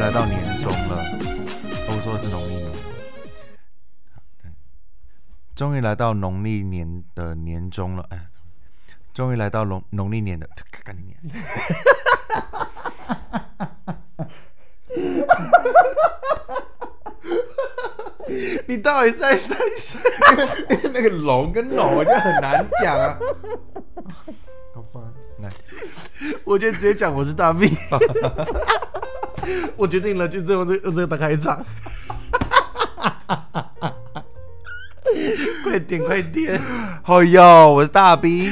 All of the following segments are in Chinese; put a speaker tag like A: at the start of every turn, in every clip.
A: 来到年终了，我说的是农历年，对终于来到农历年的年终了，哎，终于来到农农历年的，干你娘！你到底在三小？
B: 那个龙跟龙我就很难讲啊。好烦，
A: 来，我觉得直接讲我是大 病。
B: 我决定了，就这么这用这个当开场。快点，快点！
A: 哦哟，我是大 B，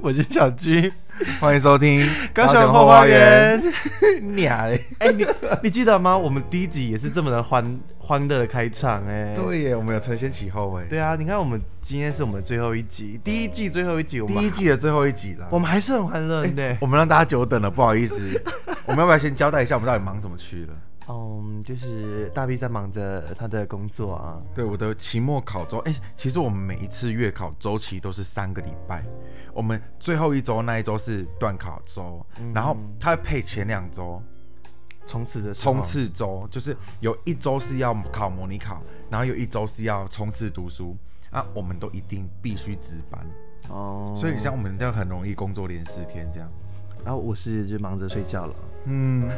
B: 我是小军，
A: 欢迎收听。
B: 高雄后花园。
A: 娘嘞！
B: 哎、你你记得吗？我们第一集也是这么的欢欢乐的开场、哎，
A: 对耶，我们有承先启后哎。
B: 对啊，你看我们今天是我们的最后一集，第一季哎最后一集，我
A: 第
B: 们
A: 一季的最后一集了，
B: 我们还是很欢乐的、
A: 我们让大家久等了，不好意思。我们要不要先交代一下我们到底忙什么去了？
B: 嗯，就是大 B 在忙着他的工作啊。
A: 对，我的期末考周，哎、其实我们每一次月考周期都是三个礼拜，我们最后一周那一周是断考周，
B: 嗯
A: 然后它会配前两周
B: 冲刺的时候
A: 冲，刺周，就是有一周是要考模拟考，然后有一周是要冲刺读书。啊，我们都一定必须值班，
B: 哦，
A: 所以像我们这样很容易工作连四天这样。
B: 然后我是就忙着睡觉了，
A: 嗯，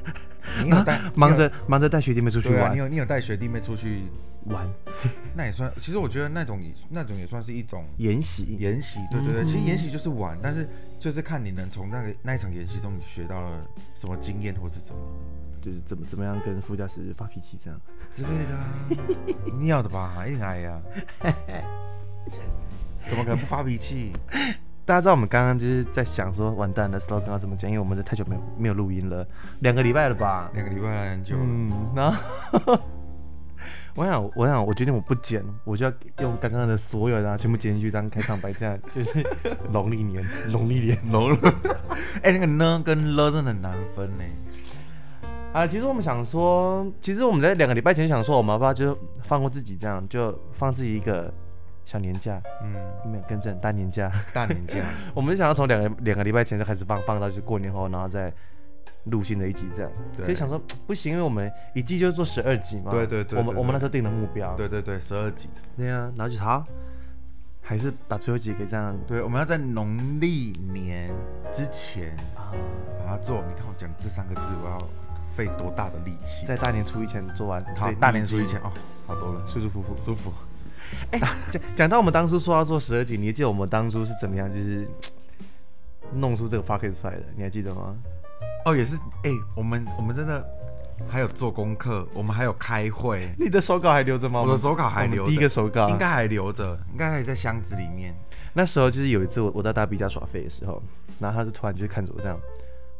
A: 你有带
B: 啊忙着忙着带学弟妹出去
A: 对啊，
B: 玩
A: 你有你有带学弟妹出去，
B: 玩
A: 那也算。其实我觉得那种也那种也算是一种
B: 研习，
A: 研习，对对对。其实研习就是玩，但是就是看你能从那个那一场研习中你学到了什么经验或是什么
B: 就是怎么怎么样跟副教师发脾气这样。
A: 之类的、啊。你要的吧，一定爱呀、怎么可能不发脾气？
B: 大家知道我们刚刚就是在想说，完蛋了，slogan 要怎么讲？因为我们这太久没有没有录音了，两个礼拜了吧？
A: 两个礼拜很久了，
B: 嗯，然后 我想，我想，我决定我不剪，我就要用刚刚的所有，然后全部剪进去当开场白，这样就是农历 年，农历年。
A: 聋了。 哎、那个呢跟了真的很难分呢。
B: 啊，其实我们想说，其实我们在两个礼拜前想说，我们要不要就放过自己，这样就放自己一个小年假，
A: 嗯，
B: 没有更正大年假。
A: 大年假，
B: 我们想要从两个两个礼拜前就开始放，放到就是过年后，然后再录新的一集这样。
A: 对
B: 可以想说不行，因为我们一季就是做十二集嘛。
A: 对对对
B: 我们
A: 对
B: 我
A: 对
B: 们那时候定的目标。
A: 对对对，十二集。
B: 对啊，然后就好，还是把最后一集给这样
A: 对，我们要在农历年之前
B: 啊，
A: 把它做。你看我讲这三个字，我要费多大的力气？
B: 在大年初一前做完。
A: 好
B: 这，
A: 大年初
B: 一
A: 一
B: 季
A: 前哦，好多了，
B: 舒舒服服。
A: 舒服。
B: 哎、讲讲到我们当初说要做十二集，你还记得我们当初是怎么样，就是弄出这个 p o c k e t 出来的？你还记得吗？
A: 哦，也是，哎、我们我们真的还有做功课，我们还有开会，
B: 你的手稿还留着吗？
A: 我的手稿还
B: 哦我们
A: 留着
B: 第一个手稿
A: 应该还留着，应该还在箱子里面。
B: 那时候就是有一次我我在大 B 家耍废的时候，然后他就突然就看着我这样，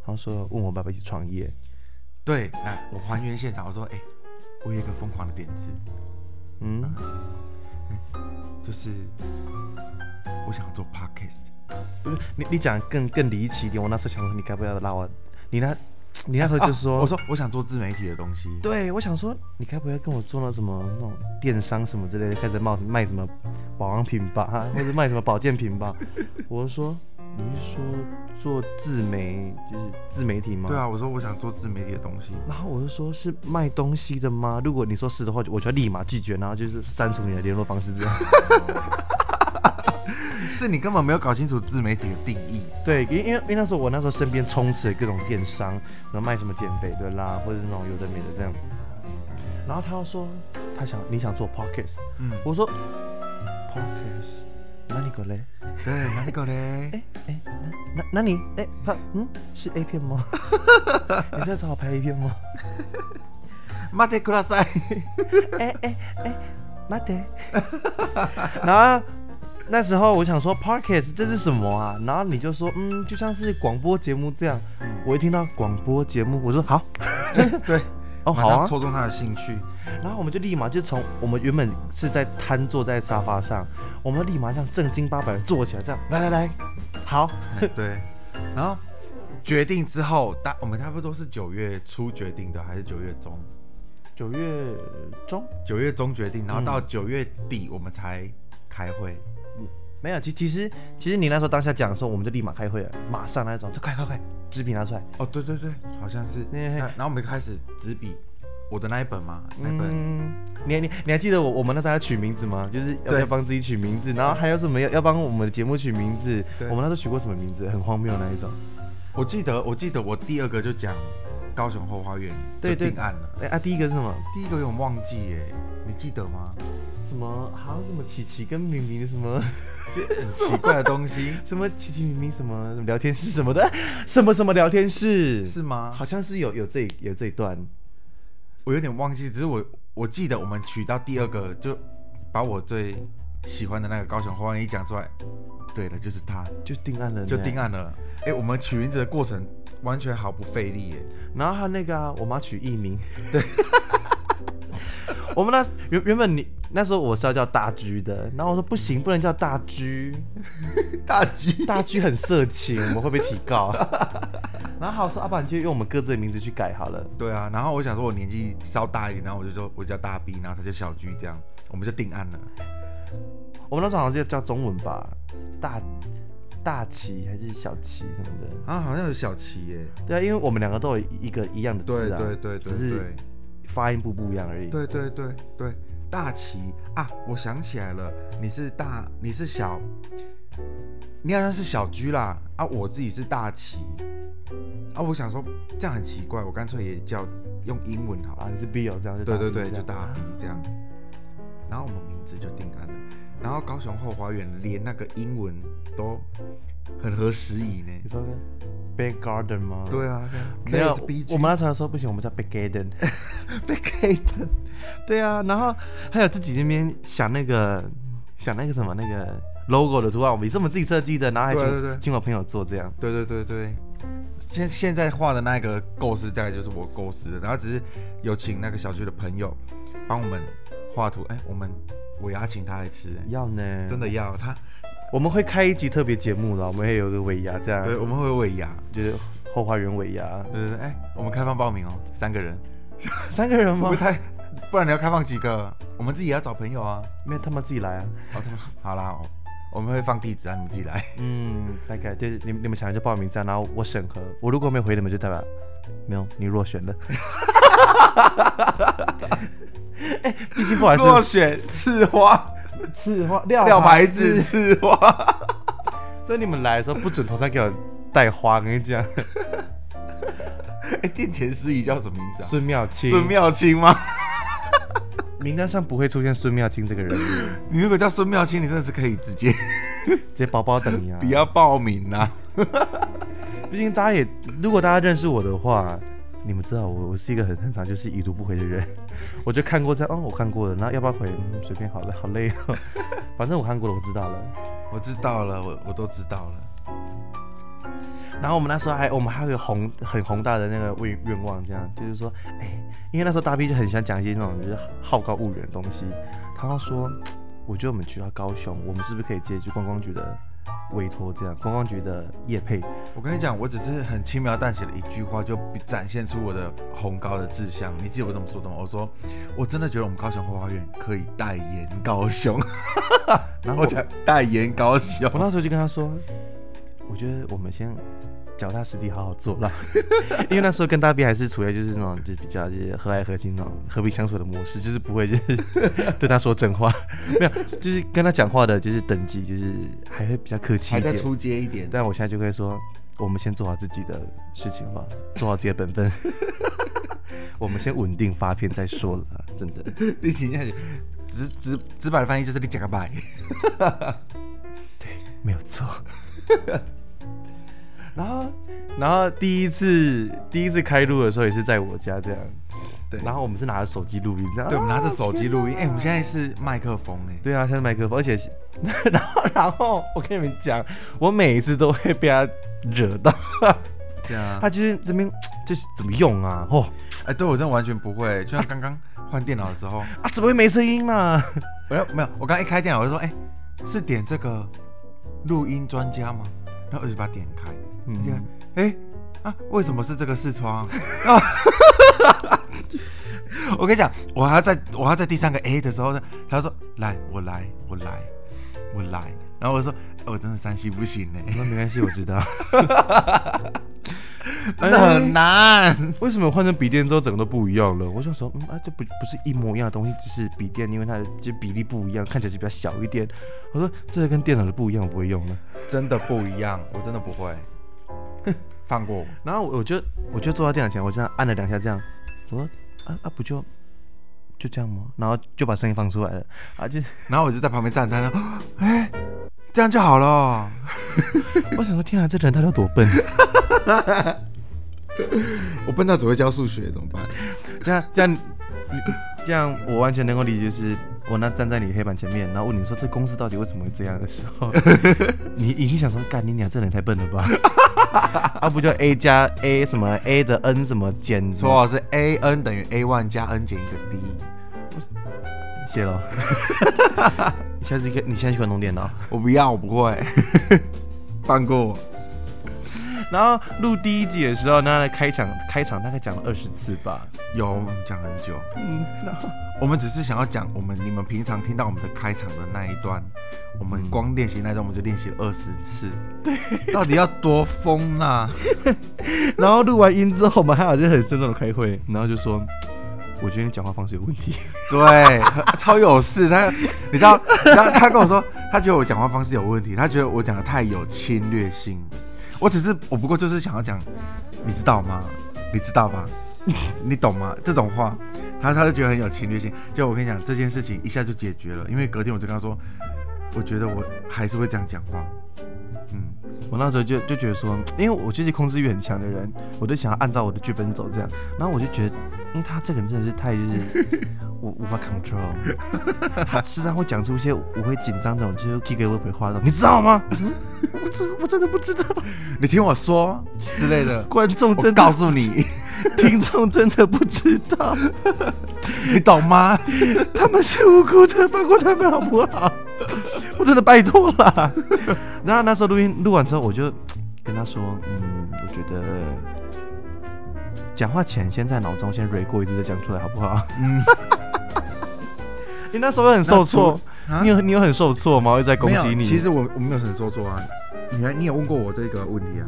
B: 然后说问我爸爸一起创业，
A: 对，来，我还原现场，我说，哎、我有一个疯狂的点子，
B: 嗯，
A: 啊就是我想要做 podcast。
B: 不是你你讲更更离奇一点，我那时候想说你该不要拉我，你那你那时候就说、
A: 啊我说我想做自媒体的东西，
B: 对，我想说你该不要跟我做那什么那种电商什么之类的，开始冒卖什么保养品吧，啊或者卖什么保健品吧？我就说你是说做自媒就是自媒体吗？
A: 对。啊，我说我想做自媒体的东西，
B: 然后我就说是卖东西的吗？如果你说是的话，我就要立马拒绝，然后就是删除你的联络方式这样。
A: 是你根本没有搞清楚自媒体的定义。
B: 对，因因为因为那时候我那时候身边充斥了各种电商，然后卖什么减肥的啦，或者是那种有的没的这样。然后他又说他想你想做 podcast，
A: 嗯，
B: 我说 podcast，那你个嘞？
A: 对，那个 嘞，
B: 哎，那那那你哎，他嗯是 A 片吗？ 你在找我拍 A 片吗？
A: 马德克拉 塞，
B: 哎哎哎，待って。 然后那时候我想说 podcast 这是什么啊？然后你就说嗯，就像是广播节目这样。我一听到广播节目，我说好，
A: 对，
B: 哦
A: 马
B: 好
A: 上
B: 啊，
A: 戳中他的兴 趣。
B: 然后我们就立马就从我们原本是在瘫坐在沙发上，我们立马这样正经八百地坐起来，这样来来来，好，
A: 对，然后决定之后，大我们差不多是九月初决定的，还是九月中？
B: 九月中嗯
A: 九月中决定，然后到九月底我们才开会。
B: 没有，其其实其实你那时候当下讲的时候，我们就立马开会了，马上那种，就快快快，纸笔拿出来。
A: 哦，对对对，好像是。
B: 嘿
A: 那
B: 嘿
A: 然后我们开始纸笔，我的那一本嘛，那一本
B: 嗯，你还你你还记得我我们那时候要取名字吗？就是要
A: 对
B: 要帮自己取名字，然后还有什么要要帮我们的节目取名字？
A: 对
B: 我们那时候取过什么名字？很荒谬那一种。
A: 我记得我记得我第二个就讲高雄后花园
B: 对
A: 就
B: 对
A: 定案了，
B: 哎、啊，第一个是什么？
A: 第一个有点忘记耶，你记得 吗？
B: 什么好像什么琪琪跟明明什么
A: 很奇怪的东西
B: 什么琪琪明明什么什么聊天室什么的， 什么什么聊天室，
A: 是吗？
B: 好像是有有这有这一段。
A: 我有点忘记，只是我我记得我们取到第二个，就把我最喜欢的那个高雄花园一讲出来，对了，就是他，
B: 就定案了，
A: 就定
B: 案。
A: 案了。哎、我们取名字的过程完全毫不费力耶。
B: 然后还有那个啊，我妈取艺名，对。我们那原原本你那时候我是要叫大居的，然后我说不行，不能叫大居，
A: 大局
B: 大居很色情，我们会不会提告？然后还有说，阿、啊、爸你就用我们各自的名字去改好了。
A: 对啊，然后我想说我年纪稍大一点，然后我就说我叫大 B，然后他叫小居，这样我们就定案了。
B: 我们那时候好像就叫中文吧，大大旗还是小旗什么的。
A: 啊，好像有小齐耶，
B: 对啊，因为我们两个都有一个一样的
A: 对
B: 字啊，
A: 对对对
B: 只是
A: 对
B: 发音不不一样而已。
A: 对对对对，大齐啊，我想起来了，你是大，你是小，你好像是小居啦啊，我自己是大齐啊，我想说这样很奇怪，我干脆也叫用英文好了。
B: 啊，你是 B 哦，这样就
A: 对
B: 大
A: 对
B: 一
A: 对，
B: 这
A: 就
B: 样
A: 大 B 这样。然后我们名字就定案了。然后高雄后花园连那个英文都很合时宜呢
B: 你。说 Big Garden 吗？
A: 对啊，
B: 没有
A: K S B，
B: 我们那时候说不行，我们叫 Big Garden。
A: 被 K 的，
B: 对啊，然后还有自己那边想那个想那个什么那个 logo 的图案，我们是我们自己设计的，然后还请
A: 对对对
B: 请我朋友做这样。
A: 对对对对。现现在画的那个构思大概就是我构思的，然后只是有请那个小区的朋友帮我们画图。哎，我们我也要请他来吃，哎
B: 要呢，
A: 真
B: 的，
A: 的要他。
B: 我们会开一集特别节目了，我们会有一个尾牙这样，
A: 对，，我们会有尾牙。
B: 就是后花园尾牙，
A: 对对对，哎，我们开放报名哦，三个人。
B: 三个人
A: 不
B: 吗？
A: 太，不然你要开放几个？我们自己也要找朋友啊。
B: 没有，他们自己来啊。
A: 哦，他们好啦，我我们会放地址啊，你们自己来。
B: 嗯，大概就是你们你们想要就报名这样，然后我审核，我如果没有回你们，就代表没有你落选了。哎、毕竟不好 意
A: 落
B: 思，
A: 选刺花，
B: 字花料
A: 料牌
B: 牌
A: 子，刺花。
B: 所以你们来的时候不准头上给我带花，跟你 讲，
A: 哎、殿前司仪叫什么名字啊？
B: 孙妙清，
A: 孙妙清吗？
B: 名单上不会出现孙妙清这个人物，
A: 你如果叫孙妙清，你真的是可以直接
B: 直接薄薄等你啊
A: 不。要报名啊啦、
B: 毕竟大家也，如果大家认识我的话，你们知道我我是一个很很常就是已读不回的人， 我就看过这样，哦，我看过了，然后要不要回，嗯，随便好了，好累哦， 反正我看过了，我知道了。
A: 我知道了，我我都知道了。
B: 然后我们那时候还，我们还有一个宏很宏大的那个愿愿望，这样就是说，哎、因为那时候大 B 就很喜欢讲一些那种就是好高骛远的东西。他说，我觉得我们去到高雄，我们是不是可以接去观光局的委托，这样观光局的业配？
A: 我跟你讲，我只是很轻描淡写的一句话，就展现出我的红高的志向。你记得我怎么说的吗？我说，我真的觉得我们高雄后花园可以代言高雄。
B: 然后
A: 我讲代言高雄
B: 我，那时候就跟他说，我觉得我们先脚踏实地好好做啦， 因为那时候跟大 B 还是处在就是那种就是比较就是和蔼和气那种和平相处的模式，就是不会就是 对他说真话， 没有，就是跟他讲话的就是等级就是还会比较客气
A: 还
B: 一
A: 在
B: 点。
A: 出街一点。
B: 但我现在就会说，我们先做好自己的事情吧，做好自己的本分。 我们先稳定发片再说了，真的。
A: 你请下去，直直直白的翻译就是你讲个白。
B: 没有错。 然后，然后第一次第一次开录的时候也是在我家这样，
A: 对，
B: 然后我们是拿着手机录音，这样
A: 对，我们拿着手机录音。哎、
B: 啊
A: 我们现在是麦克风哎、
B: 对啊，像是麦克风，而且 是然后然后我跟你们讲，我每一次都会被他惹 到，
A: 对啊，
B: 他就是这边就是怎么用啊，哦
A: 哎、对我真的完全不会，就像刚刚换电脑的时候，
B: 啊怎么会没声音嘛？
A: 没有没有，我刚一开电脑我就说，哎、是点这个录音专家吗？然后我就把它点开，
B: 嗯
A: 嗯，哎、啊，为什么是这个视窗？啊 我跟你讲，我还要在我还要在第三个 A 的时候呢，他说来，我来，我来，我来，然后我说、哎我真的山西不行呢、
B: 那没关系，我知道。
A: 真的 很难。
B: 为什么换成笔电之后整个都不一样了？我想说，嗯啊，这不不是一模一样的东西，只是笔电因为它的就比例不一样，看起来就比较小一点。我说这个跟电脑的不一样，我不会用了。
A: 真的不一样，我真的不会。 放过我，
B: 然后我就我就坐到电脑前，我这样按了两下，这样，我说啊啊不就就这样吗？然后就把声音放出来了啊，就
A: 然后我就在旁边站着，他说：“ 哎、这样就好了。
B: 我想说天啊，这人他有多笨？”
A: 我笨到只会教数学，怎么办？
B: 这样这样你这样我完全能够理解，就是我那站在你黑板前面，然后问你说这公司到底为什么会这样的时 候，你一定想说干你俩这人也太笨了吧？ 啊不就 a 加 a 什么 a 的 n 什么减什
A: 说
B: 么
A: 好是 a n 等于 a one 加 n 减一个 d，
B: 谢 喽。你下次可以你现在去关弄电脑，
A: 我不要，我不会。 放过我，
B: 然后录第一集的时候呢，开场开场大概讲了二十次吧。
A: 有我们讲很久，
B: 嗯，然后
A: 我们只是想要讲我们你们平常听到我们的开场的那一段，我们光练习那一段我们就练习了二十次，嗯对，到底要多疯啊？
B: 然后录完音之后，我们还有就很慎重的开会，然后就说，我觉得你讲话方式有问题。
A: 对，超有事。他，你知道，然后他跟我说，他觉得我讲话方式有问题，他觉得我讲的太有侵略性。我只是，我不过就是想要讲，你知道吗？ 你知道吧？你懂吗？这种话，他他就觉得很有侵略性。就我跟你讲，这件事情一下就解决了，因为隔天我就跟他说，我觉得我还是会这样讲话。嗯，
B: 我那时候就就觉得说，因为我就是控制欲很强的人，我就想要按照我的剧本走这样。然后我就觉得，因为他这个人真的是太就是 我无法 control，他时常会讲出一些我会紧张这种，就是 kick 我回话那种，你知 道吗？我真我真的不知道，，
A: 你听我说之类的
B: 观众
A: 我
B: 真的
A: 告诉你，
B: 听众真的不知道，
A: 你懂吗？
B: 他们是无辜的，放过他们好不好？我真的拜托了。然后那时候录音录完之后，我就跟他说，嗯，我觉得讲话前先在脑中先 re 过一次再讲出来好不好？
A: 嗯，
B: 你那时候很受挫，
A: 啊
B: 你有你有很受挫吗？我一直在攻
A: 没有，
B: 击你。
A: 其实我我没有很说错啊，你还你有问过我这个问题啊？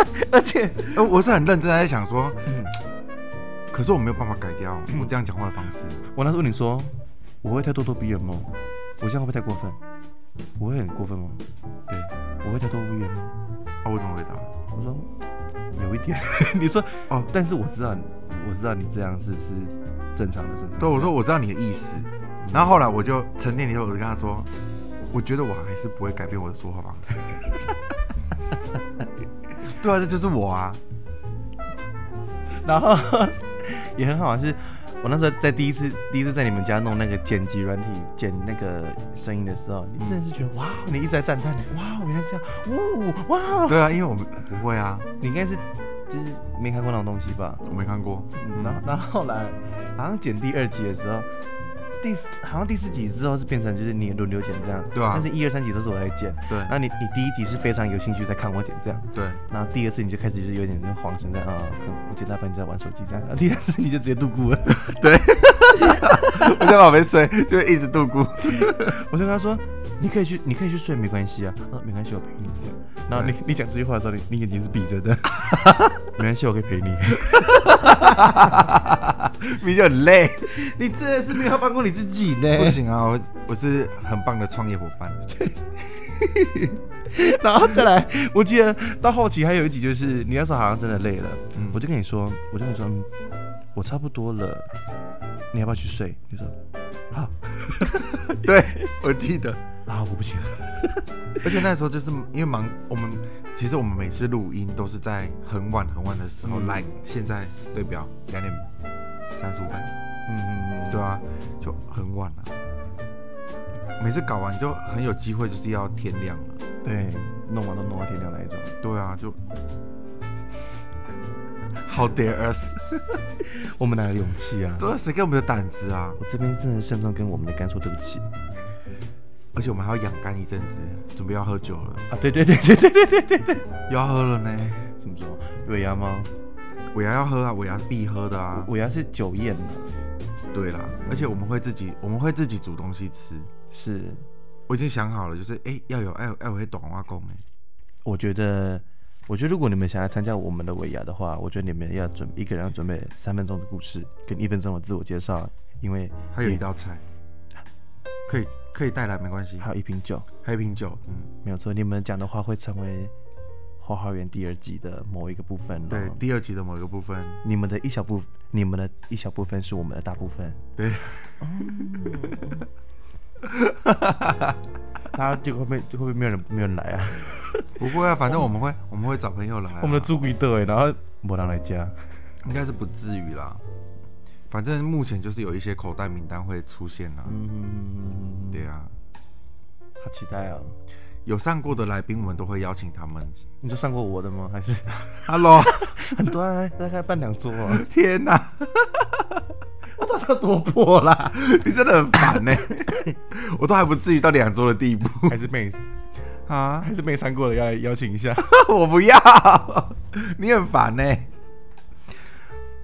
B: 而且
A: 呃，我是很认真地在想说，
B: 嗯
A: 可是我没有办法改掉我这样讲话的方式。
B: 我那时候你说我会太咄咄逼人吗？我这样会不会太过分？我会很过分吗？对，我会太咄咄逼人吗？
A: 啊，我怎么回答？
B: 我说有一点， 你说
A: 哦
B: 哦，但是我知道，我知道你这样是是正常的，是不是？
A: 对，我说我知道你的意思。
B: 嗯
A: 然后后来我就沉淀了以后，我就跟他说，我觉得我还是不会改变我的说话方 式。对啊，这就是我啊。
B: 然后也很好玩是。我那时候在第一次第一次在你们家弄那个剪辑软体剪那个声音的时候，你真的是觉得、哇，你一直在赞叹，哇，原来是这样，哦，哇，
A: 对啊，因为我们不会啊，
B: 你应该是就是没看过那种东西吧？
A: 我没看过。
B: 嗯，然后然后后来好像剪第二集的时候，第四好像第四集之后是变成就是你轮流剪这样，
A: 对啊
B: 但是一二三集都是我在剪，
A: 对
B: 那你你第一集是非常有兴趣在看我剪这样，
A: 对，
B: 然后第二次你就开始就是有点就晃神在啊，可能我剪到一半你在玩手机这样，啊 然后第三次你就直接度过了。
A: 我在旁边睡，就一直度过。
B: 我就跟他说，你可以去，你可以去睡，没关系啊，他说没关系，我陪你这样。然后你你讲这句话的时候，你你眼睛是闭 着的，没关系，我可以陪你。
A: 你就很累。
B: 你真的是没有放过你自己呢
A: 不行啊，我我是很棒的创业伙伴。
B: 然后再来，我记得到后期还有一集，就是你那时候好像真的累了，
A: 嗯
B: 我就跟你说，我就跟你说，嗯，我差不多了，你要不要去睡？你说好
A: 对，我记得。
B: 啊，我不行了，
A: 而且那时候就是因为忙，我们其实我们每次录音都是在很晚很晚的时候
B: 嗯
A: 来。现在对表两点三十五分，
B: 嗯，
A: 对啊，就很晚了。每次搞完就很有机会，就是要天亮了。
B: 对，弄完都弄到天亮那一种。
A: 对啊，就 How dare us？
B: 我们哪有勇气啊？
A: 对啊，谁给我们的胆子啊？
B: 我这边真的慎重跟我们的肝说对不起啊，
A: 而且我们还要养肝一阵子，准备要喝
B: 啊
A: 酒了，
B: 对对对对对对，
A: 又要喝了呢。
B: 怎么说？尾牙吗？
A: 尾牙要喝啊，尾牙是必喝的啊。
B: 尾牙是酒宴嘛，
A: 对啦，而且我们会自己，我们会自己煮东西吃。
B: 是
A: 我已经想好了，就是哎、要有哎有哎我会短话讲哎，
B: 我觉得，我觉得如果你们想来参加我们的尾牙的话，我觉得你们要准一个人要准备三分钟的故事跟一分钟的自我介绍，因为
A: 还有一
B: 你
A: 道菜，可以可以带来没关系，
B: 还有一瓶酒，
A: 还有一瓶酒，嗯，
B: 没有错，你们讲的话会成为《花花园》第二季的某一个部分、哦。
A: 对，第二集的某一个部分，
B: 你们的一小部，你们的一小部分是我们的大部分，
A: 对，
B: 大家就会被就会不会没有人没有人来啊？
A: 不过啊，反正我们会我们会找朋友来啊、
B: 我们的猪鬼的哎，然后没人来加，
A: 应该是不至于啦，反正目前就是有一些口袋名单会出现啦，
B: 嗯，
A: 对啊，
B: 好期待哦！
A: 有上过的来宾我们都会邀请他们。
B: 你就上过我的吗？还是
A: Hello，
B: 很多、啊，大概半两桌啊，
A: 天哪、
B: 到底要多破啦？
A: 你真的很烦呢、 我都还不至于到两周的地步
B: 还是没
A: 啊！
B: 还是没上过的要来邀请一下。
A: 我不要，你很烦欸呢、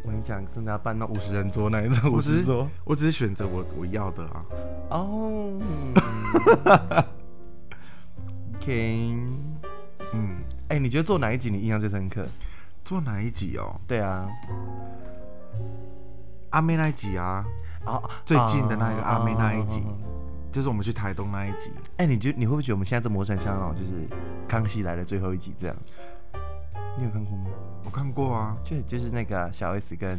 B: 我跟你讲，真的要办到五十人桌那一种，
A: 我
B: 五
A: 只
B: 十
A: 是
B: 桌
A: 我只是选择我我要的啊。
B: 哦。OK，
A: 嗯，
B: 哎、你觉得做哪一集你印象最深刻？
A: 做哪一集哦？
B: 对啊，
A: 阿妹那一集啊，
B: 啊，
A: 最近的那个阿妹那一集
B: 哎、
A: 就是我们去台东那一集。
B: 你觉得你会不会觉得我们现在这模式很像那种就是《康熙来了》最后一集这样？你有看过吗？
A: 我看过啊。
B: 就就是那个啊小 S 跟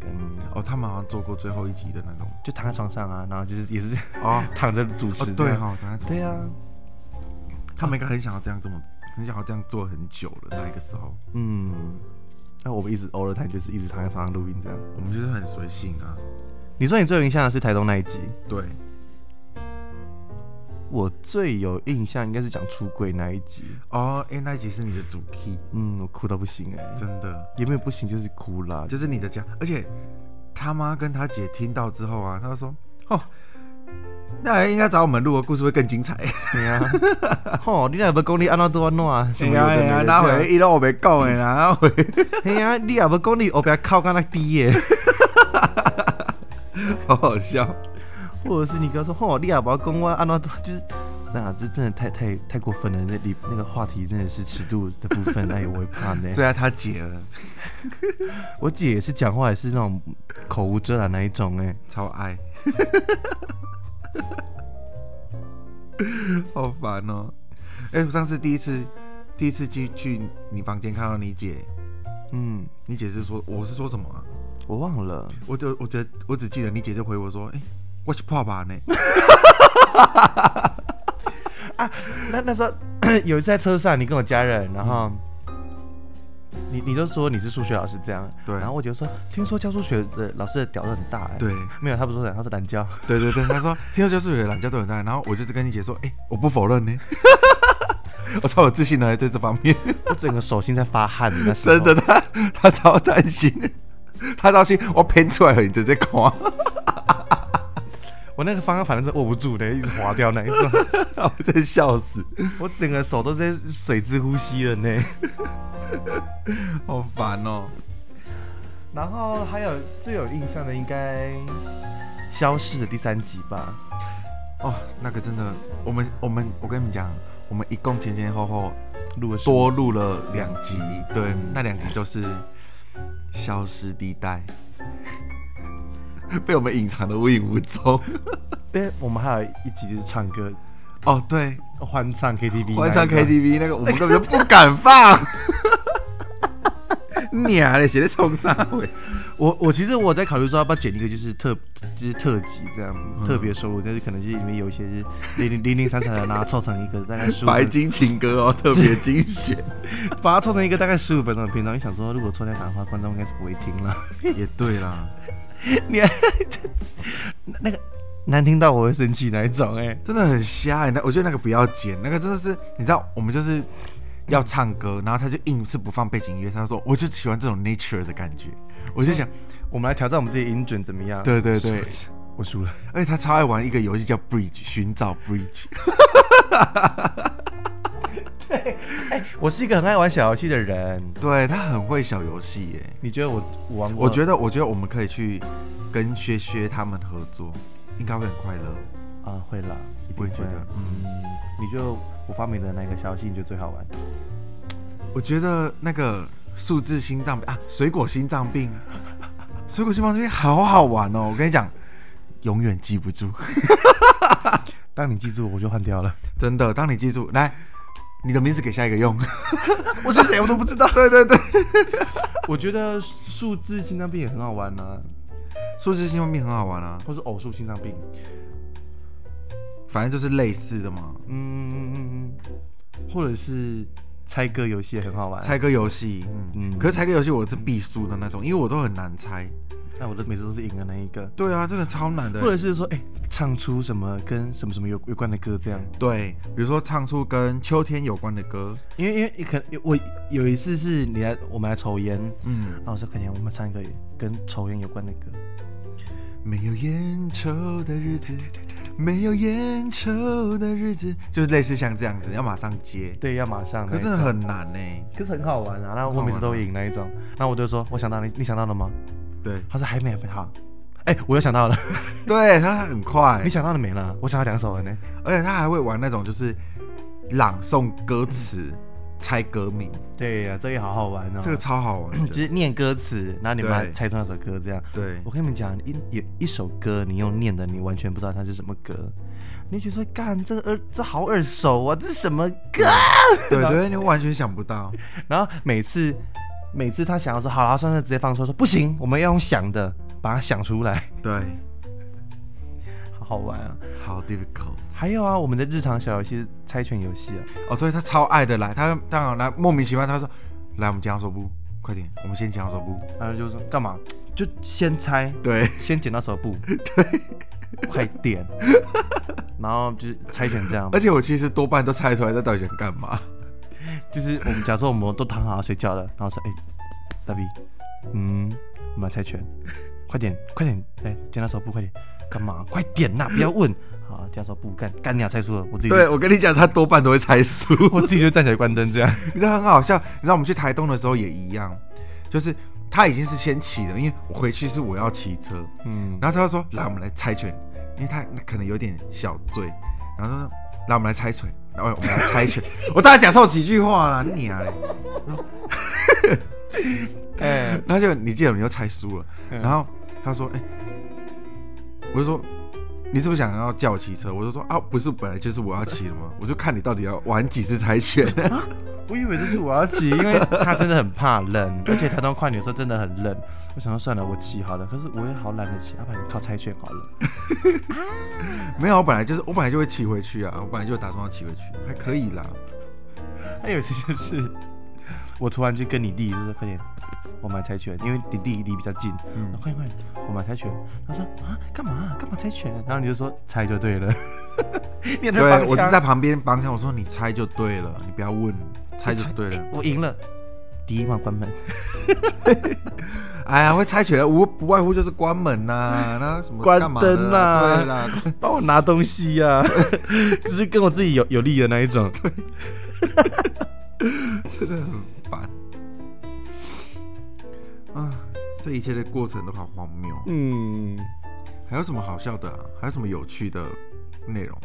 B: 跟
A: 哦，他们好像做过最后一集的那种。
B: 就躺在床上啊，然后就是也是 这样
A: 哦，
B: 躺着主持、
A: 哦对，哈、哦，他
B: 对啊，
A: 他们应该很想要这样这么，很想要这样做很久了。那一个时候，
B: 嗯，那我们一直偶尔谈就是一直躺在床上录音这样。
A: 我们就是很随性啊。
B: 你说你最有印象的是台东那一集，
A: 对，
B: 我最有印象应该是讲出柜那一集，
A: 哦，哎、那一集是你的主 key，
B: 嗯，我哭到不行哎、
A: 真的。
B: 也没有不行，就是哭啦，就
A: 就是你的家。而且他妈跟他姐听到之后啊，他就说：“哦，那应该找我们录的故事会更精彩。
B: 你啊， 吼，哦你若不讲你安怎都安怎啊，什么有的没的
A: 哎那
B: 这
A: 回
B: 样
A: 一路我没讲的啦，那回
B: 嘿哎呀，你也不讲你后边靠干那低耶，
A: 好好笑。
B: 或者是你跟他说吼，你也不要讲我安怎都就是。那这真的太太太过分了，那里那个话题真的是尺度的部分，哎，我会怕 呢。
A: 最爱他姐
B: 啊
A: 了，
B: 我姐也是讲话也是那种口无遮拦那一种、哎，
A: 超爱， 好烦哦。哎、我上次第一次第一次进去你房间看到你姐，
B: 嗯，
A: 你姐是说我是说什么啊？
B: 我忘了，
A: 我就我只我只记得你姐就回我说：“哎、我去泡吧呢。”
B: 那那时候 有一次在车上，你跟我家人，然后、你你就说你是数学老师这样，
A: 对
B: 然后我就说听说教数学的老师的屌都很大、哎，
A: 对，
B: 没有他不是说屌，他说懒教，
A: 对对对，他说听说就是有懒觉都很大，然后我就是跟你姐说，哎、我不否认 呢，我超有自信的对这方面，
B: 我整个手心在发汗，那时候
A: 真的，他他超担心，他担心我喷出来了，你直接看，
B: 我那个方向盘真的握不住的，一直滑掉那一种，
A: 我真笑死，
B: 我整个手都在水之呼吸了呢。
A: 好烦哦，
B: 然后还有最有印象的应该消失的第三集吧，
A: 哦，那个真的，我们我们我跟你们讲，我们一共前前后后
B: 录了十
A: 多录了两集，对，那两集就是消失地带， 被我们隐藏的无影无踪，
B: 对，我们还有一集就是唱歌，
A: 哦，对。
B: 欢唱 KTV，
A: 欢唱
B: 那一个
A: KTV 那个，我们根本就不敢 放。娘嘞，写在冲上回，
B: 我我其实我在考虑说要不要剪一个就是特就是特辑这样、特别收入，但是可能就是里面有一些是零零零零散散的，然后凑成一个大概十五，
A: 白金情歌哦，特别精选。
B: 把它凑成一个大概十五分钟的片段。你想说如果错太长的话，观众应该是不会听了。
A: 也对啦，
B: 你 那那个难听到我会生气那一种哎、
A: 真的很瞎哎、那我觉得那个不要剪，那个真的是，你知道，我们就是要唱歌，然后他就硬是不放背景音乐，他说我就喜欢这种 nature 的感觉。我就想，
B: 我们来挑战我们自己的音准怎么样？，
A: 对对对，
B: 我输了。
A: 而且他超爱玩一个游戏叫 Bridge，寻找 Bridge，
B: 我是一个很爱玩小游戏的人，
A: 对他很会小游戏耶。
B: 你觉得我我玩过？
A: 我觉得，我觉得我们可以去跟薛薛他们合作，应该会很快乐。
B: 得啊，会啦，一定
A: 我
B: 会
A: 也觉得，嗯，
B: 你觉得我发明的那个小游戏，你觉得最好玩？
A: 我觉得那个数字心脏病啊，水果心脏病， 水果心脏病好好玩哦！我跟你讲，永远记不住，
B: 当你记住，我就换掉了。
A: 真的。当你记住，来，你的名字给下一个用。 我是谁我都不知道。 对对对，
B: 我觉得数字心脏病也很好玩啊，
A: 数字心脏病很好玩啊，
B: 或是偶数心脏病。
A: 反正就是类似的嘛。
B: 嗯，或者是猜歌游戏也很好玩。
A: 猜歌游戏，嗯，
B: 嗯
A: 可是猜歌游戏我是必输的那种，因为我都很难猜。
B: 那我的每次都是赢的那一个。
A: 对啊，这个超难的
B: 或。者是说，哎、唱出什么跟什么什么有有关的歌这样。
A: 对，比如说唱出跟秋天有关的歌，
B: 因为因为可我有一次是你来我们来抽烟，
A: 嗯，
B: 然后我说可能我们唱一个跟抽烟有关的歌。
A: 没有烟抽的日子，没有烟抽的日子，就是类似像这样子，要马上接，
B: 对，要马上。
A: 可是真的，很难呢、
B: 可是很好玩啊。然
A: 很好
B: 后我
A: 玩
B: 每次都赢那一种。然后我就说，我想到你，你想到了吗？
A: 对，
B: 他说还没，还没好。哎、我又想到了，
A: 对，他很快
B: 你，想到了没啦？我想到两首了呢。
A: 而且他还会玩那种就是朗诵歌词、猜歌名，
B: 对呀、这也好好玩哦。
A: 这个超好 玩
B: 就
A: 的。
B: 是念歌词，然后你把它
A: 对
B: 猜出那首歌这样。
A: 对
B: 我，跟你们讲，一有一首歌，你用念的，你完全不知道它是什么歌，你就觉得说干这个耳这好耳熟啊，这是什么歌？
A: 对对，你完全想不到，
B: 然后每次每次他想要说好了，算了，直接放出来说不行，我们要用想的把它想出来，
A: 对，
B: 好好玩啊！
A: 好 difficult。
B: 还有啊，我们的日常小游戏猜拳游戏啊，
A: 哦，对他超爱的，来，他当然来，莫名其妙，他说，来，我们剪刀手布，快点，我们先剪刀手布。
B: 然后就说干嘛，就先猜，
A: 对，
B: 先剪刀手布，对，快点，然后就是猜拳这样
A: 而，且我其实多半都猜出来他到底想干嘛。
B: 就是我们假设我们都躺好要睡觉了，然后说，哎、大 B，嗯，我们来猜拳，快点，快点，哎、剪刀手布，快点，干嘛？快点呐、不要问，好，剪刀手布，干干你俩猜输了，我自己就
A: 对，我跟你讲，他多半都会猜输。
B: 我自己就站起来关灯这 样。
A: 你知道很好笑，你知道我们去台东的时候也一样，就是他已经是先骑了，因为我回去是我要骑车，
B: 嗯，
A: 然后他就说，来，我们来猜拳，因为他可能有点小醉，然后他说，来，我们来猜拳，然后我们来猜拳， 我大概讲错几句话啦，你啊嘞。
B: 哎、
A: 然后就你记得你又猜输了，
B: 嗯
A: 然后他说：“哎、我就说你是不是想要叫我骑车？”我就说：“啊，不是，本来就是我要骑的嘛，我就看你到底要玩几次猜 拳。
B: 我以为这是我要骑，因为他真的很怕冷，而且台东跨年的时候真的很冷。我想说算了，我骑好了，可是我也好懒得骑，要、啊不然你靠猜拳好了。
A: 没有，我本来就是我本来就会骑回去啊，我本来就打算要骑回去，还可以啦。
B: 还有一次就是，我突然就跟你弟就说快点，我买猜拳，因为你弟离比较近，
A: 嗯
B: 那快点快点，我买猜拳。他说啊干嘛干嘛猜拳？然后你就说猜就对了， 你也在
A: 对，
B: 帮
A: 我就
B: 腔
A: 在旁边帮腔，我说你猜就对了，你不要问，猜就对了。
B: 我赢了，第一关关门。
A: 哎呀，会猜拳的，无不外乎就是关门呐、 那什么
B: 关
A: 干嘛的
B: 灯啊
A: 啦，
B: 啦
A: 对啦，
B: 帮我拿东西呀、啊， 只是跟我自己有有利的那一种。
A: 真的很烦。啊，这一切的过程都好荒谬。
B: 嗯，
A: 还有什么好笑的、啊？还有什么有趣的内容？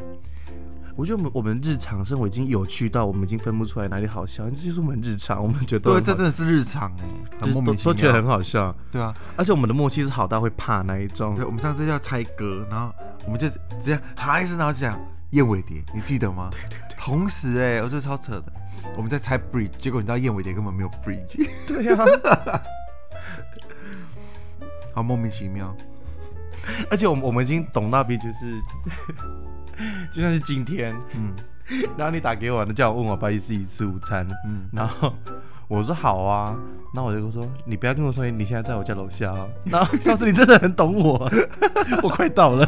B: 我觉得我们我们日常生活已经有趣到我们已经分不出来哪里好笑，这就是我们日常，我们觉得都
A: 对，
B: 很
A: 这
B: 好
A: 真的是日常哎、很
B: 啊就是
A: 莫名其
B: 都
A: 妙。
B: 都觉得很好笑，
A: 对啊，
B: 而且我们的默契是好到会怕那一种
A: 对，。我们上次要猜歌，然后我们就这样还是然后讲燕尾蝶，你记得吗？对对对。同时哎、我觉得超扯的。我们在猜 bridge，结果你知道燕尾蝶根本没有 bridge，
B: 对啊呀、
A: 好莫名其妙。
B: 而且我们我们已经懂到比就是 就像是今天，
A: 嗯
B: 然后你打给我，那叫我问我要不要一起吃午餐，
A: 嗯，
B: 然后我说好啊，然后我就说你不要跟我说你现在在我家楼下哦、然后 告诉你真的很懂我， 我快到了。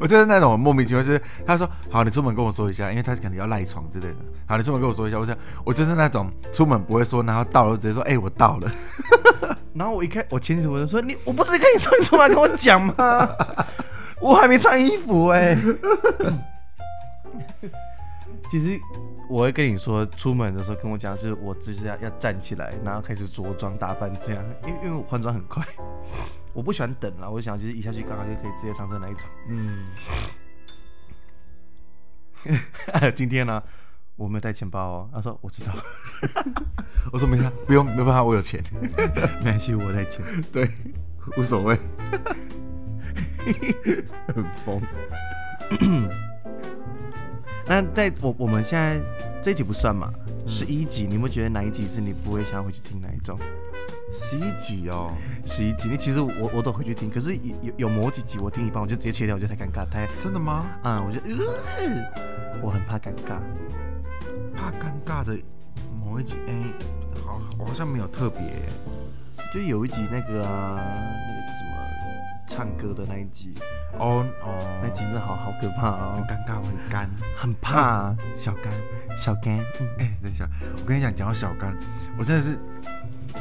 A: 我就是那种很莫名其妙，就是他说好，你出门跟我说一下，因为他可能要赖床之类的。好，你出门跟我说一下，我想我就是那种出门不会说，然后到了就直接说，哎、我到了。
B: 然后我一开，我前几天我就说你，我不是跟你说你出来跟我讲吗？ 我还没穿衣服哎、 其实我会跟你说，出门的时候跟我讲，是我只是要要站起来，然后开始着装打扮这样，因为因为我换装很快， 我不喜欢等啦，我想就是一下去刚好就可以直接上车那一种。
A: 嗯，
B: 今天呢、我没有带钱包哦，他说我知道，
A: 我说没事，啊不用，没办法，我有钱，
B: 没关系，我带钱。
A: 对，无所谓，很疯。
B: 那在我我们现在这一集不算嘛，十一集，你有没有觉得哪一集是你不会想要回去听哪一种？
A: 十一集哦，
B: 十一集，你其实我我都回去听，可是有有有某几集我听一半我就直接切掉，我觉得太尴尬，太
A: 真的吗？
B: 啊、我就呃，我很怕尴尬。
A: 怕尴尬的某一集，哎、好，我好像没有特别、
B: 就有一集那个啊，那个什么唱歌的那一集，
A: 哦
B: 那
A: 哦，
B: 集真的好好可怕
A: 很
B: 哦，
A: 尴尬，很干，
B: 很怕啊、
A: 小干。
B: 小干。嗯
A: 哎、等一下，我跟你讲，讲到小干，我真的是，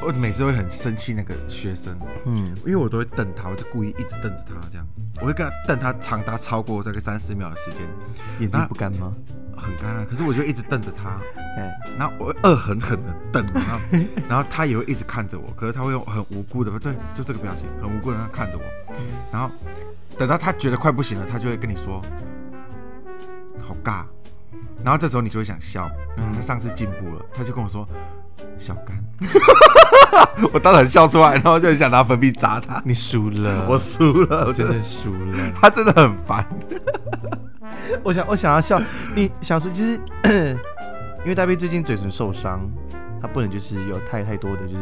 A: 我每次会很生气那个学生，
B: 嗯，
A: 因为我都会瞪他，我就故意一直瞪着他，这样，我会跟他瞪他长达超过这个三十秒的时间，
B: 眼睛不干吗？
A: 很干啊，可是我就一直瞪着他，
B: 哎、
A: 然后我会恶狠狠的瞪，然后 然后他也会一直看着我，可是他会用很无辜的，对，就这个表情，很无辜的看着我，然后等到他觉得快不行了，他就会跟你说，好尬，然后这时候你就会想笑，因为他上次进步了，他就跟我说，小干， 我当然笑出来，然后就很想拿粉笔砸他，
B: 你输 了，
A: 我输了，我真的，
B: 真的输了。
A: 他真的很烦，
B: 我想，我想要笑，你想说就是， 因为大贝最近嘴唇受伤，他不能就是有太太多的就是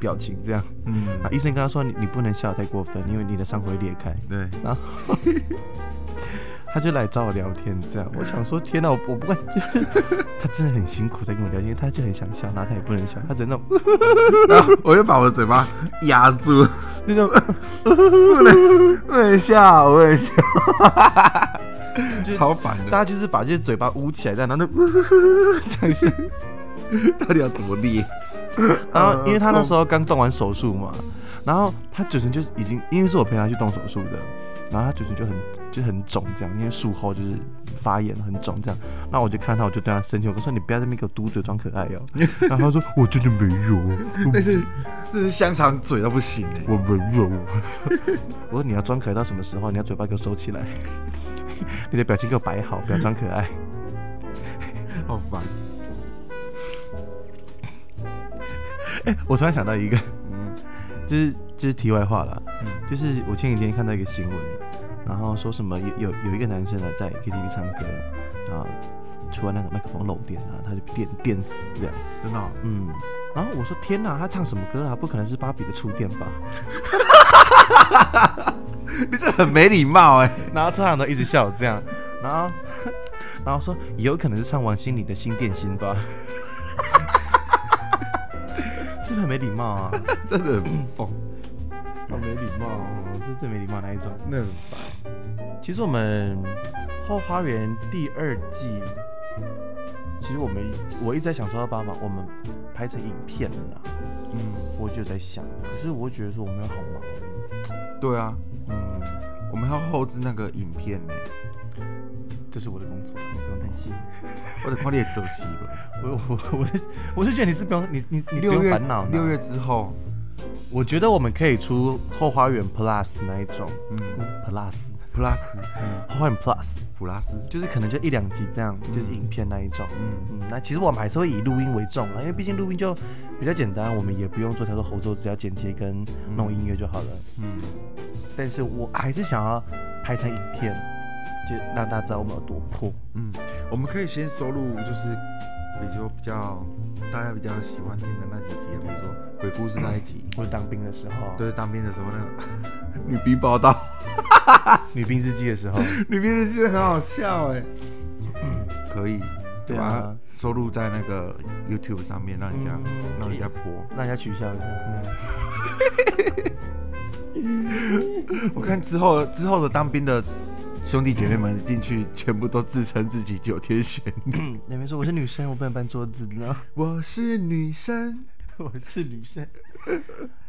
B: 表情这样。
A: 嗯，
B: 啊，医生跟他说你你不能笑得太过分，因为你的伤口会裂开。
A: 对，
B: 然后他就来找我聊天，这样我想说，天哪，我我不管， 他真的很辛苦在跟我聊天，他就很想笑，然后他也不能笑，他只能那种
A: 然后我就把我的嘴巴压住。
B: 那种
A: 问一下，问一下，超烦
B: 大
A: 的，
B: 家就是把这嘴巴捂起来，这样然后那 这样笑。
A: 到底要多烈？
B: 然后因为他那时
A: 候，
B: 候刚动完手术嘛，然后他嘴唇就是已经，因为是我陪他去动手术的，然后他嘴唇就很就很肿这样，因为术后就是发炎很肿这样。那我就看到我就对他生气，我说你不要在那边给我嘟嘴装可爱哦、然后他说我真的没有，
A: 这是这是香肠嘴到不行哎、
B: 我没有。我说你要装可爱到什么时候？你要嘴巴给我收起来，你的表情给我摆好，不要装可爱。
A: 好烦。
B: 我突然想到一个，嗯 就是就是题外话啦，就是我前几天看到一个新闻，然后说什么有有有一个男生呢在 KTV 唱歌，然后突然那个麦克风漏电啊，他就电电死这样，
A: 真的哦、
B: 嗯，然后我说天哪，他唱什么歌啊？不可能是芭比的触电吧？
A: 你这很没礼貌哎、
B: 然后车上都一直笑这样，然后 然后说有可能是唱王心凌的新电心吧， 是不是很没礼貌啊？
A: 真的很疯，
B: 好没礼貌、哦，这最没礼貌哪一种？
A: 那很烦。
B: 其实我们《后花园》第二季，其实我们我一直在想说要把它我们拍成影片啦，
A: 嗯，
B: 我就在想，可是我觉得说我们好忙，
A: 对啊，
B: 嗯，
A: 我们还要后置那个影片呢、
B: 这是我的工作，你不用担心。
A: 我得快点走戏吧。
B: 我我我是我是觉得你是不用你你你不
A: 六
B: 用
A: 月
B: 烦恼，
A: 六，月之后，
B: 我觉得我们可以出《后花园 Plus》那一种
A: 嗯
B: ，Plus
A: ，plus，
B: 《后花园 Plus》，
A: 普拉斯，
B: 就是可能就一两集这样，就是影片那一种。
A: 嗯，
B: 嗯，那其实我们还是会以录音为重啊啦，因为毕竟录音就比较简单，我们也不用做太多后奏，只要剪接跟弄音乐就好了。
A: 嗯，
B: 但是我还是想要拍成影片，就让大家知道我们有多破。
A: 嗯，我们可以先收录，就是比如说比较大家比较喜欢听的那几集，啊比如说鬼故事那一集，
B: 我当兵的时候，
A: 对，当兵的时候那个 女兵报道，
B: 女兵日记的时 候，
A: 女兵的记很好笑哎、可以，
B: 对啊
A: 把它收录在那个 YouTube 上面，让人家、
B: 嗯
A: 让人家播。
B: 让大家取笑一下。
A: 嗯嗯我看之后之后的当兵的兄弟姐妹们进去，全部都自称自己九天玄女，
B: 嗯 那边说我是女生，我不能搬桌子呢。
A: 我是女 生，
B: 我是女 生。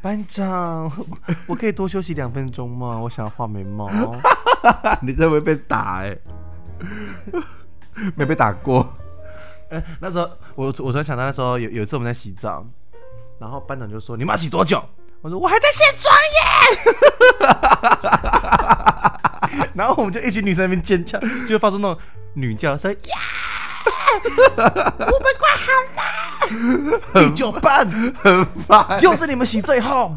B: 班长，我我可以多休息两分钟吗？我想要画眉毛。
A: 欸 你真会被打哎、没被打过。
B: 哎，那时候我我突然想到那时候有有一次我们在洗澡，然后班长就说你们要洗多久？我说我还在卸妆耶。 然后我们就一群女生在那边尖叫，就发出那种女叫声呀， 我们关好啦，第九班很烦，又是你们洗最后，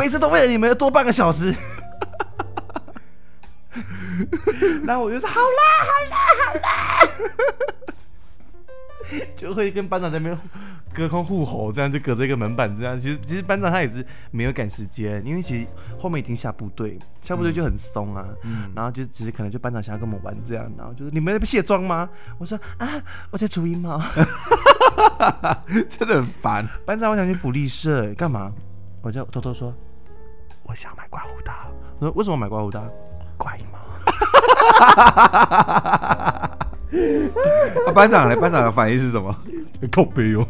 B: 每次都为了你们多半个小 时。然后我就说好啦，就会跟班长在那边隔空互吼，这样就隔着一个门板这样。其实其实班长他也是没有赶时间，因为其实后面已经下部队，下部队就很松啊。然后就只是可能就班长想要跟我们玩这样，然后就是你们在卸妆吗？我说啊，我在除阴毛。
A: 真的很烦。
B: 班长，我想去福利社，干嘛？我就偷偷说，我想买刮胡刀。我说为什么买刮胡刀？刮阴毛。
A: 啊班长嘞，班长的反应是什么？
B: 靠背哦。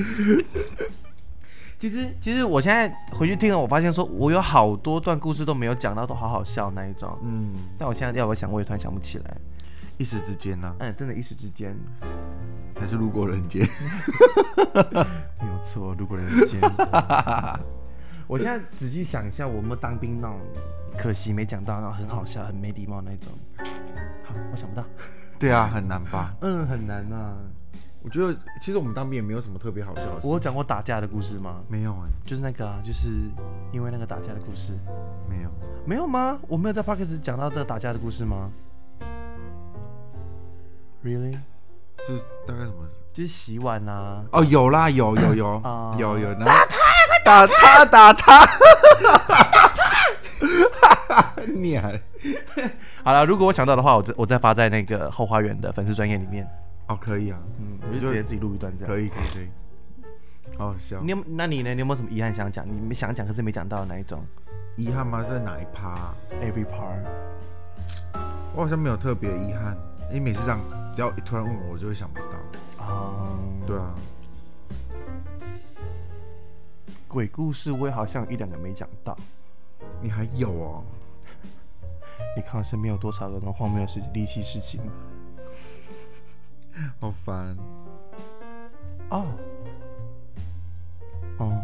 B: 其实，其实我现在回去听了，我发现说我有好多段故事都没有讲到，都好好笑那一种。
A: 嗯，
B: 但我现在要我想，我也突然想不起来。
A: 一时之间呢、
B: 哎，真的，一时之间
A: 还是路过人 间。
B: 没有错，如果人间。 我现在仔细想一下，我们当兵那种，可惜没讲到，然后很好笑、很没礼貌那种。好，我想不到。
A: 对啊，很难吧？
B: 嗯，很难啊。
A: 我觉得其实我们当兵也没有什么特别好笑的事。
B: 我有讲过打架的故事吗？
A: 没有哎、
B: 就是那个啊，就是因为那个打架的故事。
A: 没有。
B: 没有吗？我没有在 p o d c a s t 讲到这打架的故事吗？Really？
A: 是大概什么？
B: 就是洗碗啊，
A: 哦，有啦，有有有、
B: 啊
A: 有有，打他，打他，打他，你还
B: 好了，如果我想到的话，我再我再发在那个后花园的粉丝专业里面，
A: 哦，可以啊，
B: 嗯，
A: 我
B: 我就
A: 就
B: 直接自己录一段这样。
A: 可以，可以，可以，好好笑
B: 你。有那你呢？你有没有什么遗憾想讲？你们想讲可是没讲到的那一种
A: 遗憾吗？在哪一趴啊、
B: ？Every part，
A: 我好像没有特别遗憾，因为每次这样，只要一突然问我，我就会想不到。
B: 啊、
A: 对啊，
B: 鬼故事我也好像有一两个没讲到。
A: 你还有哦，
B: 你看我身边有多少个那种荒谬的事情、离奇事情
A: 好烦。
B: 哦，哦，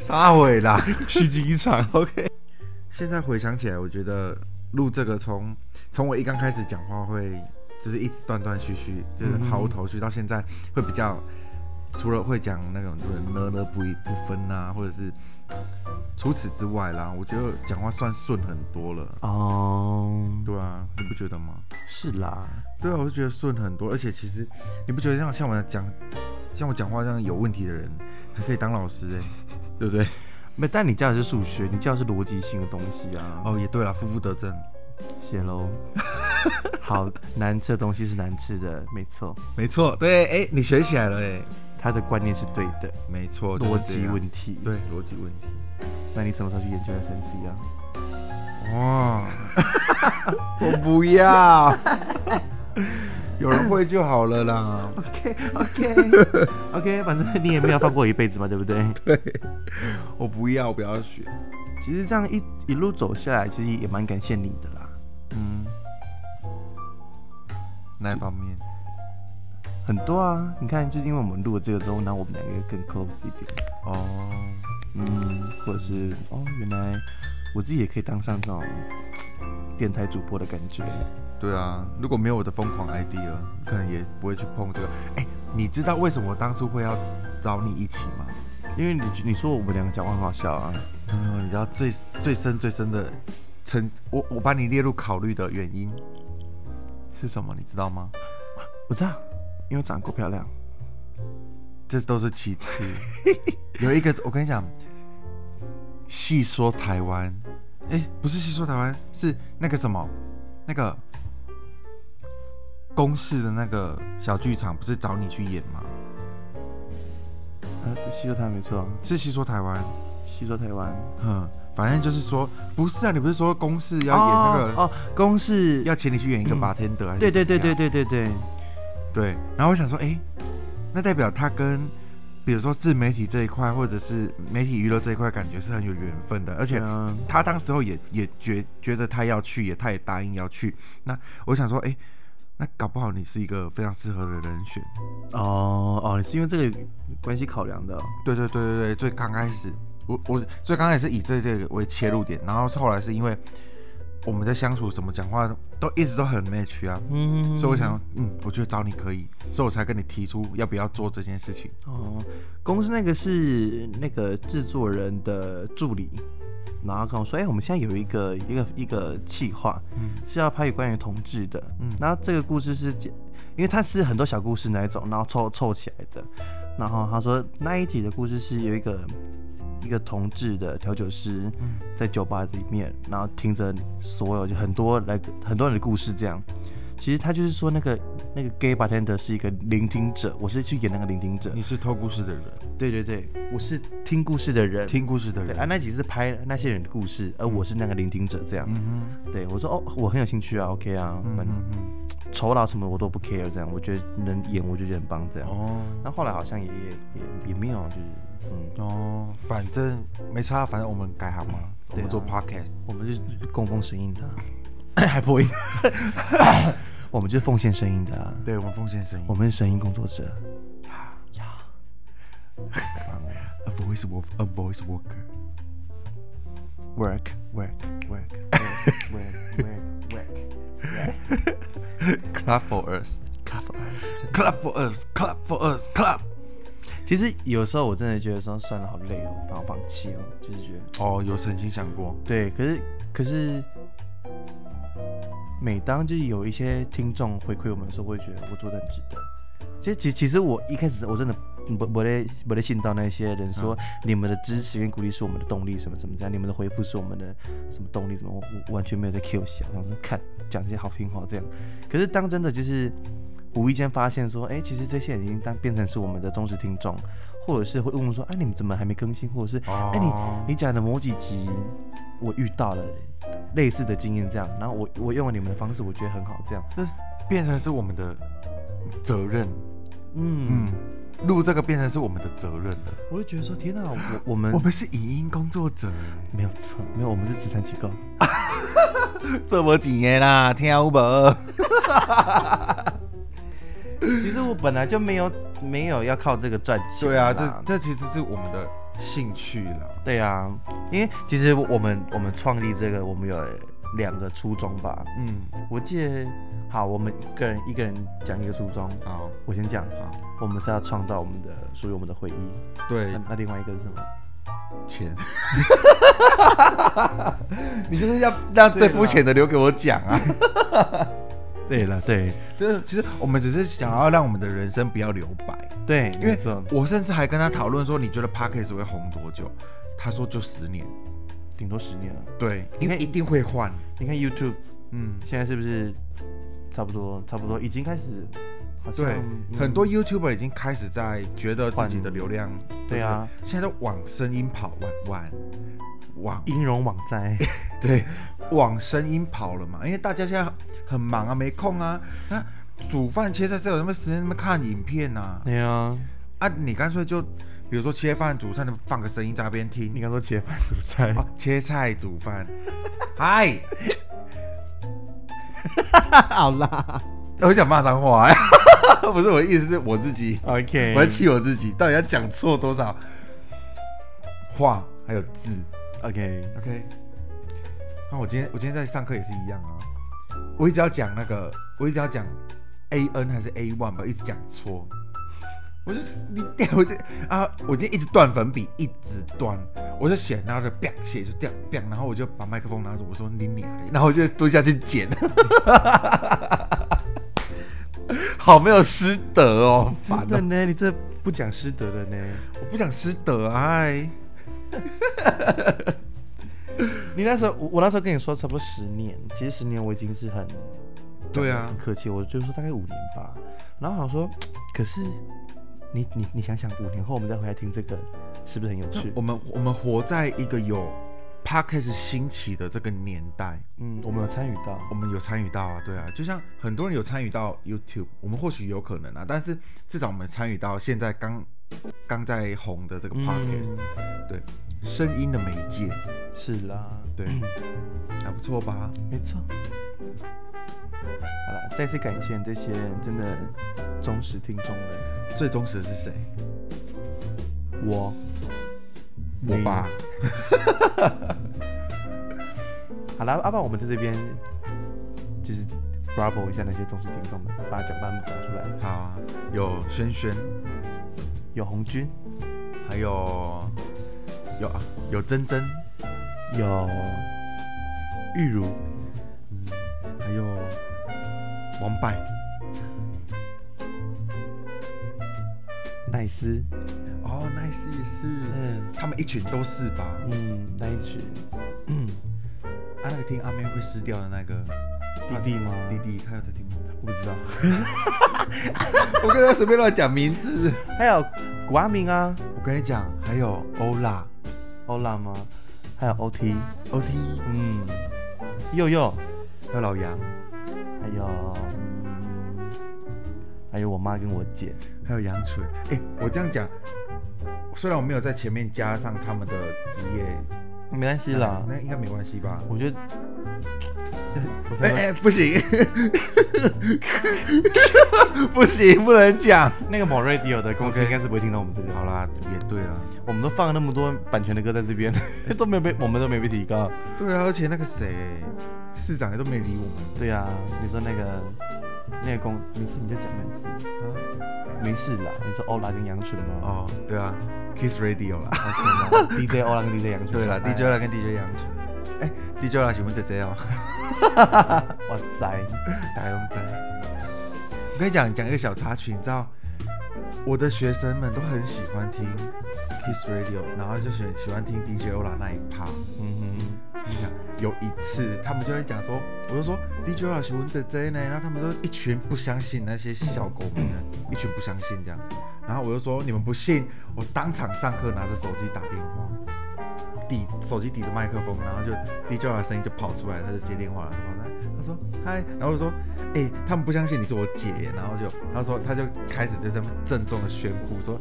A: 撒尾 啦。
B: 虚惊一场。OK，
A: 现在回想起来，我觉得录这个从从我一刚开始讲话会就是一直断断续续，就是
B: 嗯
A: 毫无头绪，到现在会比较除了会讲那种就是呢呢不一不分啊，或者是除此之外啦，我觉得讲话算顺很多了。
B: 哦、
A: 对啊，你不觉得吗？
B: 是啦，
A: 对啊，我就觉得顺很多，而且其实你不觉得像像我讲像我讲话这样有问题的人，还可以当老师哎、对不对？
B: 没，但你教的是数学，你教的是逻辑性的东西啊。
A: 哦，也对了，负负得正，
B: 写喽。 好难吃的东西是难吃的，没错，
A: 没错，对，哎、你学起来了哎、
B: 他的观念是对的，
A: 没错，
B: 逻
A: 就是这
B: 辑
A: 样
B: 问题。，
A: 对逻辑问题。
B: 那你什么时候去研究 SNC 啊？
A: 哇， 我不要， 有人会就好了啦。
B: OK OK，反正你也没有放过一辈子嘛，对不对？
A: 我不要，我不要学。
B: 其实这样一一路走下来，其实也蛮感谢你的啦，
A: 嗯，哪一方面？
B: 很多啊。你看，就是因为我们录了这个之后，那我们两个更 close 一点，
A: 哦，
B: 嗯，或者是哦，原来我自己也可以当上这种电台主播的感觉。
A: 对啊，如果没有我的疯狂 idea，可能也不会去碰这个。哎、你知道为什么我当初会要找你一起吗？
B: 因为你你说我们两个讲话很好笑啊，
A: 嗯，你知道最最深最深的曾，我我把你列入考虑的原因是什么？你知道吗？
B: 我知道，因为我长得够漂亮。
A: 这都是其 次。有一个，我跟你讲，细说台湾，哎，不是细说台湾，是那个什么，那个公式的那个小剧场，不是找你去演吗？
B: 呃，吸收台湾没错，
A: 是细说台湾，
B: 吸收台湾
A: 哼，反正就是说，不是啊，你不是说公式要演那个，
B: 哦哦，公式
A: 要请你去演一个 bartender，、还是
B: 对对
A: 怎
B: 对
A: 么样
B: 对对对对，
A: 对，然后我想说，哎，那代表他跟比如说自媒体这一块，或者是媒体娱乐这一块，感觉是很有缘分的，而且
B: 嗯
A: 他当时候也也觉觉得他要去，也他也答应要去。那我想说，哎、那搞不好你是一个非常适合的人选。
B: 哦哦，你是因为这个关系考量的哦、
A: 对对对对对，最刚开始，我我最刚开始是以这这个为切入点，然后后来是因为我们在相处，什么讲话都一直都很 match 啊，
B: 嗯，
A: 所以我想，嗯，我觉得找你可以，所以我才跟你提出要不要做这件事情。
B: 哦，公司那个是那个制作人的助理，然后跟我说，哎、我们现在有一个一个一个企划，是要拍有关于同志的，嗯，然后这个故事是讲，因为它是很多小故事那一种，然后凑凑起来的，然后他说那一集的故事是有一个。一个同志的调酒师在酒吧里面，然后听着所有就很多来很多人的故事这样，其实他就是说那个那个 gay bartender 是一个聆听者，我是去演那个聆听者，
A: 你是偷故事的人，
B: 对对对，我是听故事的人，
A: 听故事的
B: 对
A: 人，
B: 啊，那集是拍那些人的故事，而我是那个聆听者，这样，
A: 嗯
B: 对我说哦，我很有兴趣啊，OK 啊，反正
A: 嗯
B: 酬劳什么我都不 care，这样，我觉得能演我就觉得很棒，这样。
A: 哦
B: 那后来好像也也也也没有，就是嗯，
A: 哦，反正没差，反正我们改行嘛，我们做 podcast，
B: 我们是供奉声音的 啊、还破音， 我们就是奉献声音的啊、
A: 对我们奉献声音
B: 我，们是声音工作者，
A: a voice work a voice worker。
B: work work work work work work work
A: Clap for us,
B: cover us。
A: clap for us, clap for us, clap。
B: 其实有时候我真的觉得说算了，好累哦，放放弃哦，就是觉得
A: 哦，有曾经想过，
B: 对。可是可是，每当就是有一些听众回馈我们的时候，我会觉得我做的很值得。其实其其实我一开始我真的不我在我在信到那些人说、
A: 嗯
B: 你们的支持跟鼓励是我们的动力，什么怎么这样，你们的回复是我们的什么动力，什么我我完全没有在 Q 小，然后说看讲这些好听话这样。可是当真的就是无意间发现说，哎、其实这些人已经当变成是我们的忠实听众，或者是会问我说，哎、你们怎么还没更新，或者是哎、
A: 哦
B: 你你讲的某几集我遇到了类似的经验这样，然后我我用了你们的方式，我觉得很好这样，
A: 这变成是我们的责任。
B: 嗯
A: 嗯，录这个变成是我们的责任了。
B: 我就觉得说，天哪、我我 们
A: 我们是影音工作者，
B: 没有错，没有，我们是慈善机 构。
A: 这么几年啦，听不？
B: 其实我本来就没有没有要靠这个赚钱
A: 对
B: 啦。
A: 啊， 这这其实是我们的兴趣啦。
B: 对啊，因为其实我们我们创立这个，我们有两个初衷吧。
A: 嗯，
B: 我记得，好，我们一个人一个人讲一个初衷。
A: 好，
B: 我先讲，
A: 好，
B: 我们是要创造我们的属于我们的回忆。
A: 对
B: 那，那另外一个是什么？
A: 钱。 你就是要让最肤浅的留给我讲啊！
B: 对了，对
A: 就是其实我们只是想要让我们的人生不要留白，
B: 对，
A: 因为
B: 没错
A: 我甚至还跟他讨论说，你觉得 Parkes 会红多久？他说就十年。
B: 顶多十年了。
A: 对，因为一定会换。
B: 你看 YouTube
A: 嗯，
B: 现在是不是差不多差不多已经开始，好像
A: 对，
B: 嗯
A: 很多 YouTuber 已经开始在觉得自己的流量，
B: 对啊，
A: 现在都往声音跑，往往往
B: 音容网站。
A: 对往声音跑了嘛，因为大家现在很忙啊，没空啊，那煮饭切菜是有什么时间那么看影片呐、
B: 对啊，
A: 啊？啊，你干脆就比如说切饭煮菜，你放个声音在那边听
B: 你，刚说切饭煮 菜，
A: 啊，切菜煮饭，嗨，
B: 好啦
A: 我想骂脏话、欸，不是我的意思是我自己。
B: ，OK，
A: 我要气我自己，到底要讲错多少话还有字
B: OK，
A: ？OK，那、我今天我今天在上课也是一样啊，我一直要讲那个，我一直要讲 A N 还是 A one 吧，一直讲错。我就是你，我这啊，我今天一直断粉笔，一直断，我就写，然后就 b 写就掉 b 然后我就把麦克风拿走，我说你娘嘞，然后我就蹲下去捡， 好没有师德哦，烦
B: 真
A: 哦
B: 的。呢，你这不讲师德的呢。
A: 我不想失德哎，
B: 你那时候，我我那时候跟你说差不多十年，其实十年我已经是很
A: 对啊
B: 很客气，我就说大概五年吧。然后好像说，可是你你你想想，五年后我们再回来听这个，是不是很有趣
A: 我？们我们活在一个有 podcast 兴起的这个年代，
B: 嗯，我们有参与到，
A: 我们有参与到啊，对啊，就像很多人有参与到 YouTube，我们或许有可能啊，但是至少我们参与到现在刚刚在红的这个 podcast，、对，声音的媒介，嗯
B: 是啦，
A: 对，还不错吧？
B: 没错。好了，再次感谢这些真的忠实听众们，
A: 最忠实的是谁？
B: 我
A: 我吧，
B: 好了，阿爸，我们在这边就是 bravo 一下那些忠实听众们，把奖把他们讲出来，
A: 好啊，有轩轩，
B: 有红军，
A: 还有有啊，有珍珍，
B: 有玉如，
A: 还有王柏，
B: 奈斯，
A: 哦，nice 也是，
B: 嗯
A: 他们一群都是吧？
B: 嗯，那一群
A: 啊，那个听阿妹会撕掉的那个
B: 弟弟吗？
A: 弟弟，他有在听吗？
B: 我不知道，
A: 我刚刚随便乱讲名字。
B: 还有古阿明啊，
A: 我跟你讲，还有欧拉、
B: 欧拉吗？还有 OT，
A: OT，
B: 嗯，佑佑，
A: 还有老杨，
B: 还有，嗯还有我妈跟我姐，
A: 还有杨锤。哎、我这样讲，虽然我没有在前面加上他们的职业，
B: 没关系啦，
A: 那应该没关系吧？
B: 嗯我 觉得，我
A: 哎
B: 才
A: 哎、不行， 不行，不能讲。
B: 那个某 radio 的公司
A: OK
B: 应该是不会听到我们这个，
A: 好啦，也对啦。
B: 我们都放了那么多版权的歌在这边， 都没有被我们都没被提高。
A: 对啊，而且那个谁，市长也都没理我们。
B: 对啊，你说那个那个公没事你就讲没事，
A: 啊
B: 没事啦。你说欧拉跟杨纯吗？
A: 哦，对啊，Kiss Radio 啦。
B: 哦，DJ 欧拉跟 DJ 杨纯。
A: 对啦
B: 哎
A: ，DJ 啦跟 DJ 杨纯。哎、d j 啦，请问姐姐哦。
B: 哇塞，
A: 打工仔。我跟你讲，讲一个小插曲，你知道，我的学生们都很喜欢听 Kiss Radio，然后就喜喜欢听 DJ Ola 那一趴。
B: 嗯
A: 跟你讲，有一次他们就会讲说，我就说 DJ Ola 喜欢 JJ 呢，然后他们说一群不相信那些小狗们呢，一群不相信这样。然后我就说你们不信，我当场上课拿着手机打电话。抵手机抵着麦克风，然后就 DJ 的声音就跑出来，他就接电话了，然后他说嗨，然后我就说哎、他们不相信你是我姐，然后就他说他就开始就这么郑重的宣布说，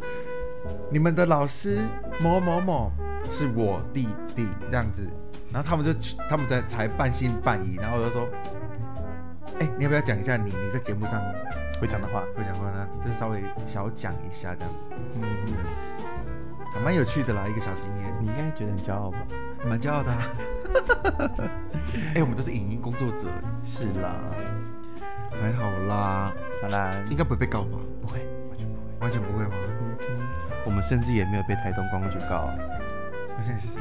A: 你们的老师某某某是我弟弟这样子，然后他们就他们才才半信半疑，然后我就说，哎、你要不要讲一下你你在节目上
B: 哼，会讲的话，
A: 会讲话呢？就稍微小讲一下这样子，
B: 嗯哼，
A: 还蛮有趣的啦，一个小经验。
B: 你应该觉得很骄傲吧？
A: 蛮骄傲的、啊。哎、我们都是影音工作者，
B: 是啦，
A: 还好啦，
B: 好啦，
A: 应该不会被告吧？
B: 哎不会，完全不会。
A: 完全不会吗？
B: 我们甚至也没有被台东观光局告。
A: 好像也是。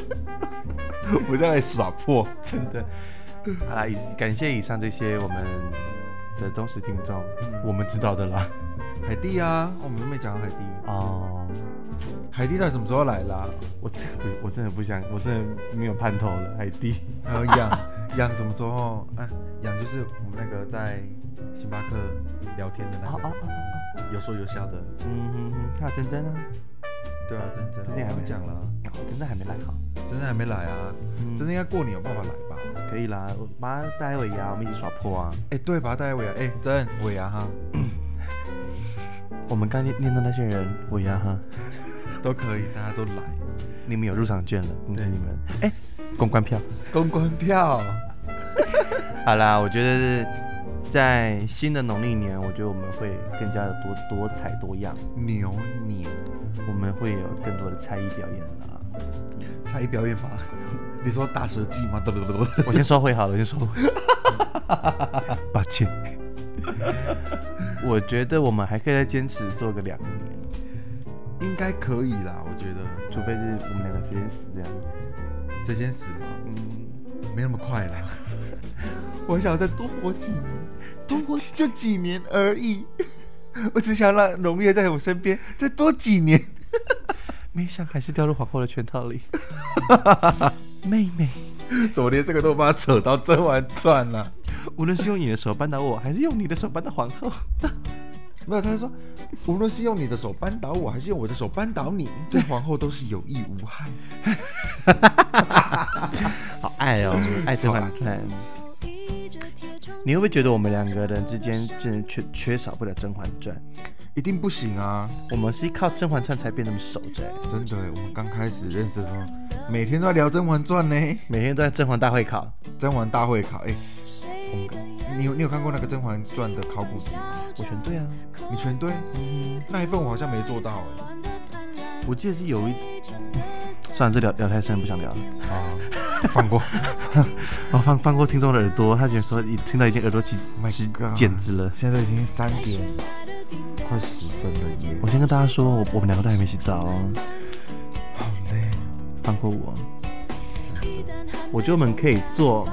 A: 我再来耍破，
B: 真的。好啦，以感谢以上这些我们的忠实听众，我们知道的啦。
A: 海蒂啊，我们都没讲到海蒂，
B: 哦，
A: 海蒂到底什么时候来啦？
B: 我真的不，我真的不想，我真的没有盼头了，海蒂。
A: 还 有养养什么时候？哎、养就是我们那个在星巴克聊天的那个，
B: 哦，
A: 有说有笑的。
B: 嗯哼哼，那珍珍呢？
A: 对啊，真真，
B: 真的还
A: 我
B: 没
A: 们讲了，
B: 哦，珍珍还没来好，
A: 真真还没来啊，
B: 嗯
A: 真的应该过年有办法来吧？
B: 可以啦，我把她带回家，我们一起耍破啊。
A: 哎、对吧？大家尾牙，哎、真尾牙 哈。
B: 我们刚念念到那些人，我一样哈，
A: 都可以，大家都来。
B: 你们有入场券了，恭喜你们。哎，公关票。
A: 公关票，
B: 好啦，我觉得在新的农历年，我觉得我们会更加的多多彩多样，
A: 牛年
B: 我们会有更多的才艺表演啊啦。
A: 才艺表演吧？ 你说大蛇记吗？
B: 我先收回好了，我先收回。 抱歉。我觉得我们还可以再坚持做个两年，
A: 应该可以啦，我觉得。
B: 除非是我们两个直接死这样。
A: 谁先死啊嘛？
B: 嗯，
A: 没那么快啦。 我想要再多活几年，多活就几年而已。 我只想让农业在我身边再多几年。
B: 没想还是掉入皇后的圈套 里。妹妹，
A: 怎么连这个都把它扯到《甄嬛传》了？
B: 无论是用你的手扳倒我，还是用你的手扳倒皇后，
A: 没有，他说，无论是用你的手扳倒我，还是用我的手扳倒你，对皇后都是有益无害。
B: 好爱 哦，爱甄嬛传。你会不会觉得我们两个人之间真的缺缺少不了《甄嬛传》？
A: 一定不行啊！
B: 我们是靠《甄嬛传》才变那么熟的欸、
A: 真的耶，我们刚开始认识的时候，每天都在聊《甄嬛传》呢，
B: 每天都在甄嬛大会考。
A: 《甄嬛大会考》哎、我们看你有你有看过那个《甄嬛传》的考古题？
C: 我全对啊，
A: 你全对，那一份我好像没做到欸
B: 我记得是有一，算了，这聊聊太深，不想聊了。
A: 哎、啊，放 过。
B: 哦，放放过听众的耳朵，他觉得说已听到已经耳朵起
A: My
B: 起
A: God
B: 茧子了。
A: 现在都已经三点快十分了耶，
B: 我先跟大家说，我我们两个都还没洗澡哦，
A: 好累。
B: 放过我。我觉得我们可以做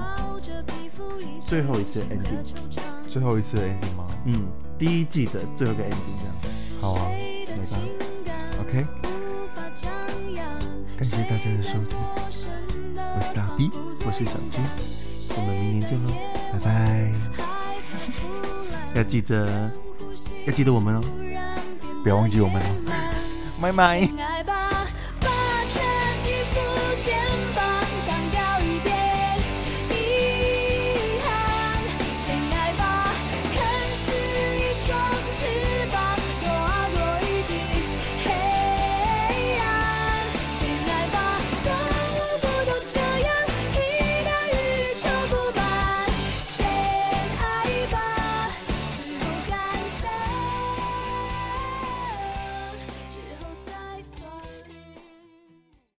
B: 最后一次 ending，
A: 最后一次的 ending 吗？
B: 嗯，第一季的最后一个 ending 这样，
A: 好啊
B: 没差。
A: ，OK。感谢大家的收听，我是大 B，
B: 我是小军，我们明年见喽，
A: 拜拜。
B: 要记得要记得我们哦。
A: 不要忘记我们哦，拜拜。